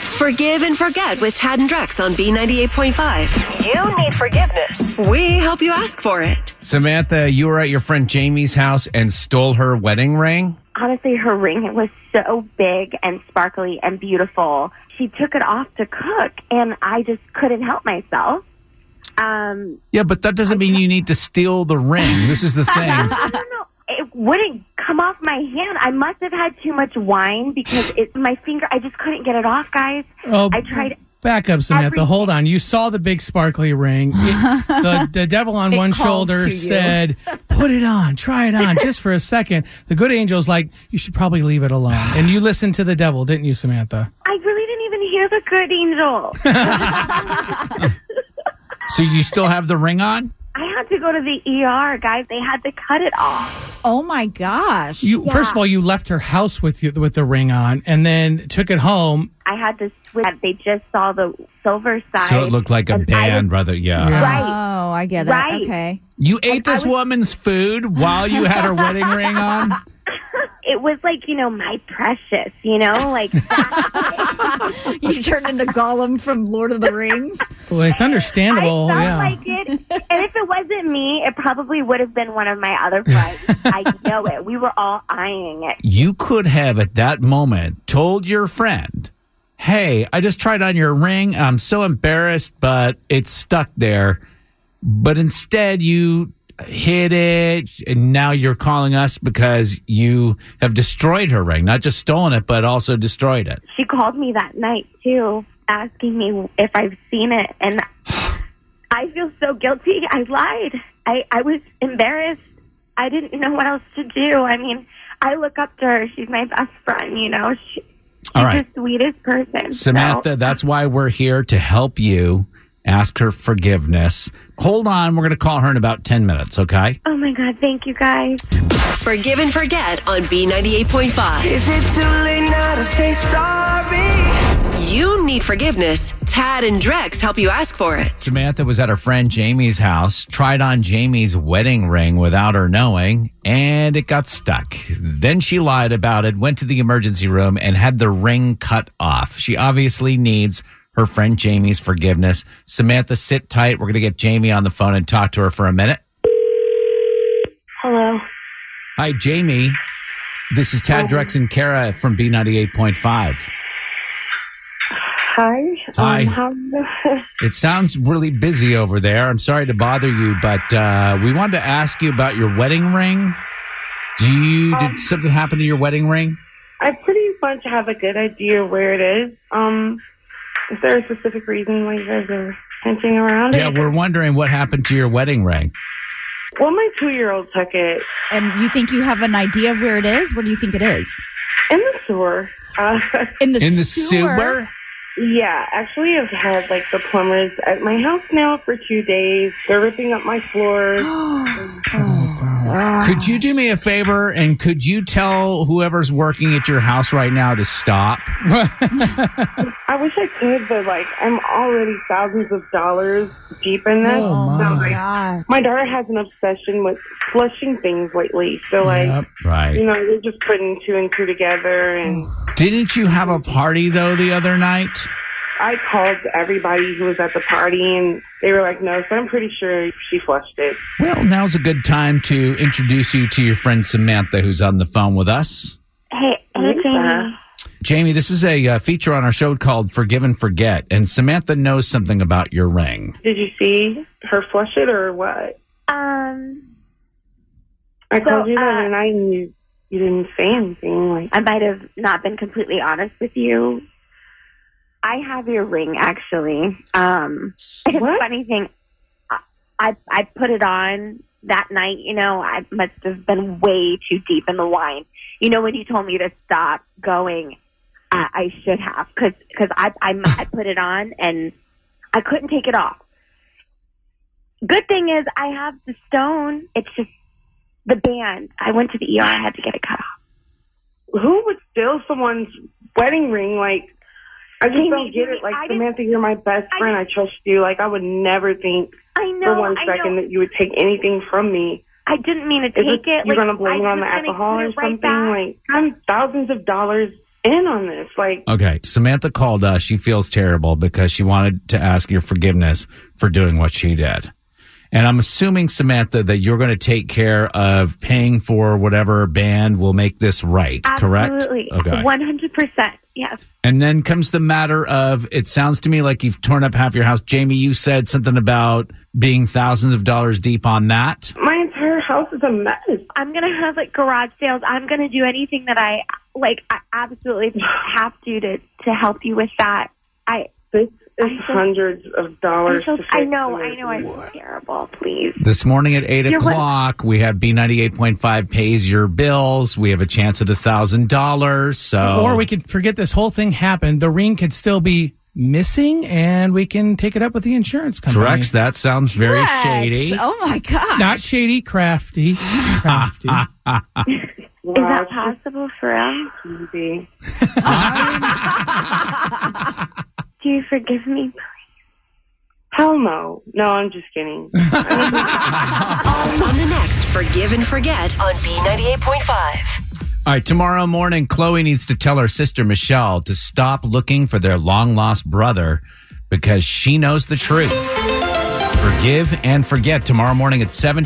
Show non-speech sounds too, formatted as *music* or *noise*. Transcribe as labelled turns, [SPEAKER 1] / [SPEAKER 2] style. [SPEAKER 1] Forgive and forget with Tad and Drex on B98.5. You need forgiveness. We help you ask for it.
[SPEAKER 2] Samantha, you were at your friend Jamie's house and stole her wedding ring.
[SPEAKER 3] honestly, her ring was so big and sparkly and beautiful. She took it off to cook, and I just couldn't help myself. Um,
[SPEAKER 2] Yeah, but that doesn't mean you need to steal the ring. This is
[SPEAKER 4] *laughs*
[SPEAKER 2] the thing.
[SPEAKER 3] I don't know. It wouldn't come off my hand. I must have had too much wine because it my finger. I just couldn't get it off, guys.
[SPEAKER 4] Oh,
[SPEAKER 3] I tried.
[SPEAKER 4] Back up, Samantha.
[SPEAKER 3] Everything.
[SPEAKER 4] Hold on. You saw the big sparkly ring. It-
[SPEAKER 3] *laughs*
[SPEAKER 4] the, the devil on one
[SPEAKER 5] calls to
[SPEAKER 4] shoulder
[SPEAKER 5] you.
[SPEAKER 4] said, "Put it on. Try it on, just for a second. The good angel's like, "You should probably leave it alone." And you listened to the devil, didn't you, Samantha?
[SPEAKER 3] I really didn't even hear the
[SPEAKER 2] *laughs*
[SPEAKER 3] good angel.
[SPEAKER 2] so you still have the ring on?
[SPEAKER 3] I had to go to the ER, guys. They had to cut it off.
[SPEAKER 5] Oh my gosh.
[SPEAKER 4] You first of all, you left her house with you, with the ring on, and then took it home.
[SPEAKER 3] I had to switch. They just saw the silver side.
[SPEAKER 2] So it looked like a
[SPEAKER 3] and I
[SPEAKER 2] band,
[SPEAKER 3] was-
[SPEAKER 2] brother. Yeah.
[SPEAKER 3] Right.
[SPEAKER 5] oh, I get
[SPEAKER 3] Right.
[SPEAKER 5] it. Okay.
[SPEAKER 2] You ate this woman's food while you had her wedding ring on?
[SPEAKER 3] It was like, you know, my precious, you know,
[SPEAKER 2] *laughs*
[SPEAKER 3] like
[SPEAKER 5] You turned into Gollum from Lord of the Rings.
[SPEAKER 4] Well, it's
[SPEAKER 3] I
[SPEAKER 4] understandable.
[SPEAKER 3] felt
[SPEAKER 4] yeah.
[SPEAKER 3] like it. And if it wasn't me, it probably would have been one of my other friends. I know it. We were all eyeing it.
[SPEAKER 2] you could have at that moment told your friend, Hey, I just tried on your ring. I'm so embarrassed, but it's stuck there. But instead, you hid it, and now you're calling us because you have destroyed her ring, not just stolen it, but also destroyed it.
[SPEAKER 3] She called me that night too, asking me if I've seen it, and I feel so guilty. I lied. I I was embarrassed. I didn't know what else to do. I mean, I look up to her. She's my best friend. You know, she, she's
[SPEAKER 2] All right.
[SPEAKER 3] the sweetest person. so-
[SPEAKER 2] Samantha, that's why we're here to help you ask her forgiveness. Hold on. We're going to call her in about 10 minutes, okay?
[SPEAKER 3] Oh my God! Thank you guys.
[SPEAKER 1] Forgive and forget on B98.5.
[SPEAKER 6] Is it too late now to say sorry?
[SPEAKER 1] You need forgiveness. Tad and Drex help you ask for it.
[SPEAKER 2] Samantha was at her friend Jamie's house, tried on Jamie's wedding ring without her knowing, and it got stuck. Then she lied about it, went to the emergency room, and had the ring cut off. She obviously needs her friend Jamie's forgiveness. Samantha, sit tight. We're going to get Jamie on the phone and talk to her for a minute.
[SPEAKER 3] Hello.
[SPEAKER 2] Hi, Jamie. This is Tad Drex and Kara from B98.5.
[SPEAKER 3] Hi.
[SPEAKER 2] Hi.
[SPEAKER 3] Um, how are you?
[SPEAKER 2] It sounds really busy over there. I'm sorry to bother you, but uh, we wanted to ask you about your wedding ring. Do you did something happen to your wedding ring?
[SPEAKER 7] *laughs* I pretty much have a good idea where it is. Um, is there a specific reason why you guys are hinting around
[SPEAKER 2] Yeah,
[SPEAKER 7] it?
[SPEAKER 2] we're wondering what happened to your wedding ring.
[SPEAKER 7] Well, my two-year-old took it
[SPEAKER 5] And you think you have an idea of where it is? Where do you think it is?
[SPEAKER 7] in the sewer. Uh, *laughs*
[SPEAKER 5] In the, *laughs*
[SPEAKER 2] In the
[SPEAKER 5] sewer.
[SPEAKER 2] sewer?
[SPEAKER 7] yeah, actually, I've had like the plumbers at my house now for two days. They're ripping up my floors.
[SPEAKER 2] Could you do me a favor and could you tell whoever's working at your house right now to stop?
[SPEAKER 7] I wish I could, but like I'm already thousands of dollars deep in this.
[SPEAKER 4] Oh,
[SPEAKER 7] So,
[SPEAKER 4] my.
[SPEAKER 7] like,
[SPEAKER 5] God.
[SPEAKER 7] my daughter has an obsession with flushing things lately. So like.
[SPEAKER 4] Yep.
[SPEAKER 7] You
[SPEAKER 2] Right.
[SPEAKER 7] know, they're just putting two and two together,
[SPEAKER 3] *sighs*
[SPEAKER 7] and
[SPEAKER 2] Didn't you have a party though the other night?
[SPEAKER 7] I called everybody who was at the party, and they were like, "No, so I'm pretty sure she flushed it."
[SPEAKER 2] Well, now's a good time to introduce you to your friend Samantha who's on the phone with us.
[SPEAKER 3] Hey, hey, Jamie.
[SPEAKER 2] Jamie, this is a uh, feature on our show called Forgive and Forget, and Samantha knows something about your ring.
[SPEAKER 7] Did you see her flush it or what?
[SPEAKER 3] Um,
[SPEAKER 7] I
[SPEAKER 3] So,
[SPEAKER 7] called you that,
[SPEAKER 3] uh,
[SPEAKER 7] and I you you didn't say anything. Like,
[SPEAKER 3] I might have not been completely honest with you. I have your ring, actually. Um, it's
[SPEAKER 7] What?
[SPEAKER 3] funny thing. I, I I put it on that night. You know, I must have been way too deep in the wine. You know, when you told me to stop going, I, I should have because I, I I put it on and I couldn't take it off. Good thing is I have the stone. It's just the band. I went to the ER. I had to get it cut off.
[SPEAKER 7] who would steal someone's wedding ring? Like, I just
[SPEAKER 3] Jamie,
[SPEAKER 7] don't get
[SPEAKER 3] Jamie,
[SPEAKER 7] it. Like,
[SPEAKER 3] I didn't-
[SPEAKER 7] Samantha, you're my best
[SPEAKER 3] I
[SPEAKER 7] friend. I trust you. Like, I would never think
[SPEAKER 3] I know.
[SPEAKER 7] for one
[SPEAKER 3] I
[SPEAKER 7] second
[SPEAKER 3] Know.
[SPEAKER 7] that you would take anything from me.
[SPEAKER 3] I didn't mean to
[SPEAKER 7] Is
[SPEAKER 3] take
[SPEAKER 7] it,
[SPEAKER 3] it.
[SPEAKER 7] you're
[SPEAKER 3] like,
[SPEAKER 7] gonna blame
[SPEAKER 3] I
[SPEAKER 7] it on the
[SPEAKER 3] was gonna
[SPEAKER 7] alcohol
[SPEAKER 3] put
[SPEAKER 7] or
[SPEAKER 3] it
[SPEAKER 7] something? like,
[SPEAKER 3] Right back.
[SPEAKER 7] I'm thousands of dollars in on this. Like,
[SPEAKER 2] Okay. Samantha called us. She feels terrible because she wanted to ask your forgiveness for doing what she did. And I'm assuming, Samantha, that you're going to take care of paying for whatever band will make this right,
[SPEAKER 3] Absolutely.
[SPEAKER 2] correct? Okay.
[SPEAKER 3] 100%. Yes.
[SPEAKER 2] And then comes the matter of it sounds to me like you've torn up half your house. Jamie, you said something about being thousands of dollars deep on that.
[SPEAKER 7] my entire house is a mess.
[SPEAKER 3] I'm gonna have like garage sales. I'm gonna do anything that I like. I absolutely have to to to help you with that. I
[SPEAKER 7] This is
[SPEAKER 3] I'm so-
[SPEAKER 7] hundreds of dollars.
[SPEAKER 3] I'm so,
[SPEAKER 7] to fix
[SPEAKER 3] I know,
[SPEAKER 7] and
[SPEAKER 3] I know, I feel terrible. Please,
[SPEAKER 2] This morning at 8
[SPEAKER 3] You're what-
[SPEAKER 2] o'clock, we have B98.5 pays your bills. We have a chance at a $1,000. So.
[SPEAKER 4] Or we could forget this whole thing happened. The ring could still be missing, and we can take it up with the insurance company.
[SPEAKER 2] Drex, that sounds very
[SPEAKER 5] Rex.
[SPEAKER 2] shady.
[SPEAKER 5] Oh my god.
[SPEAKER 4] Not shady, crafty, crafty.
[SPEAKER 7] Wow,
[SPEAKER 3] is that
[SPEAKER 7] it's
[SPEAKER 3] possible for real?
[SPEAKER 7] just easy. *laughs*
[SPEAKER 3] Do you forgive me?
[SPEAKER 7] Hell no. No, I'm just kidding.
[SPEAKER 1] On the next Forgive and Forget on B98.5.
[SPEAKER 2] All right, tomorrow morning, Chloe needs to tell her sister Michelle to stop looking for their long lost brother because she knows the truth. Forgive and forget tomorrow morning at 7.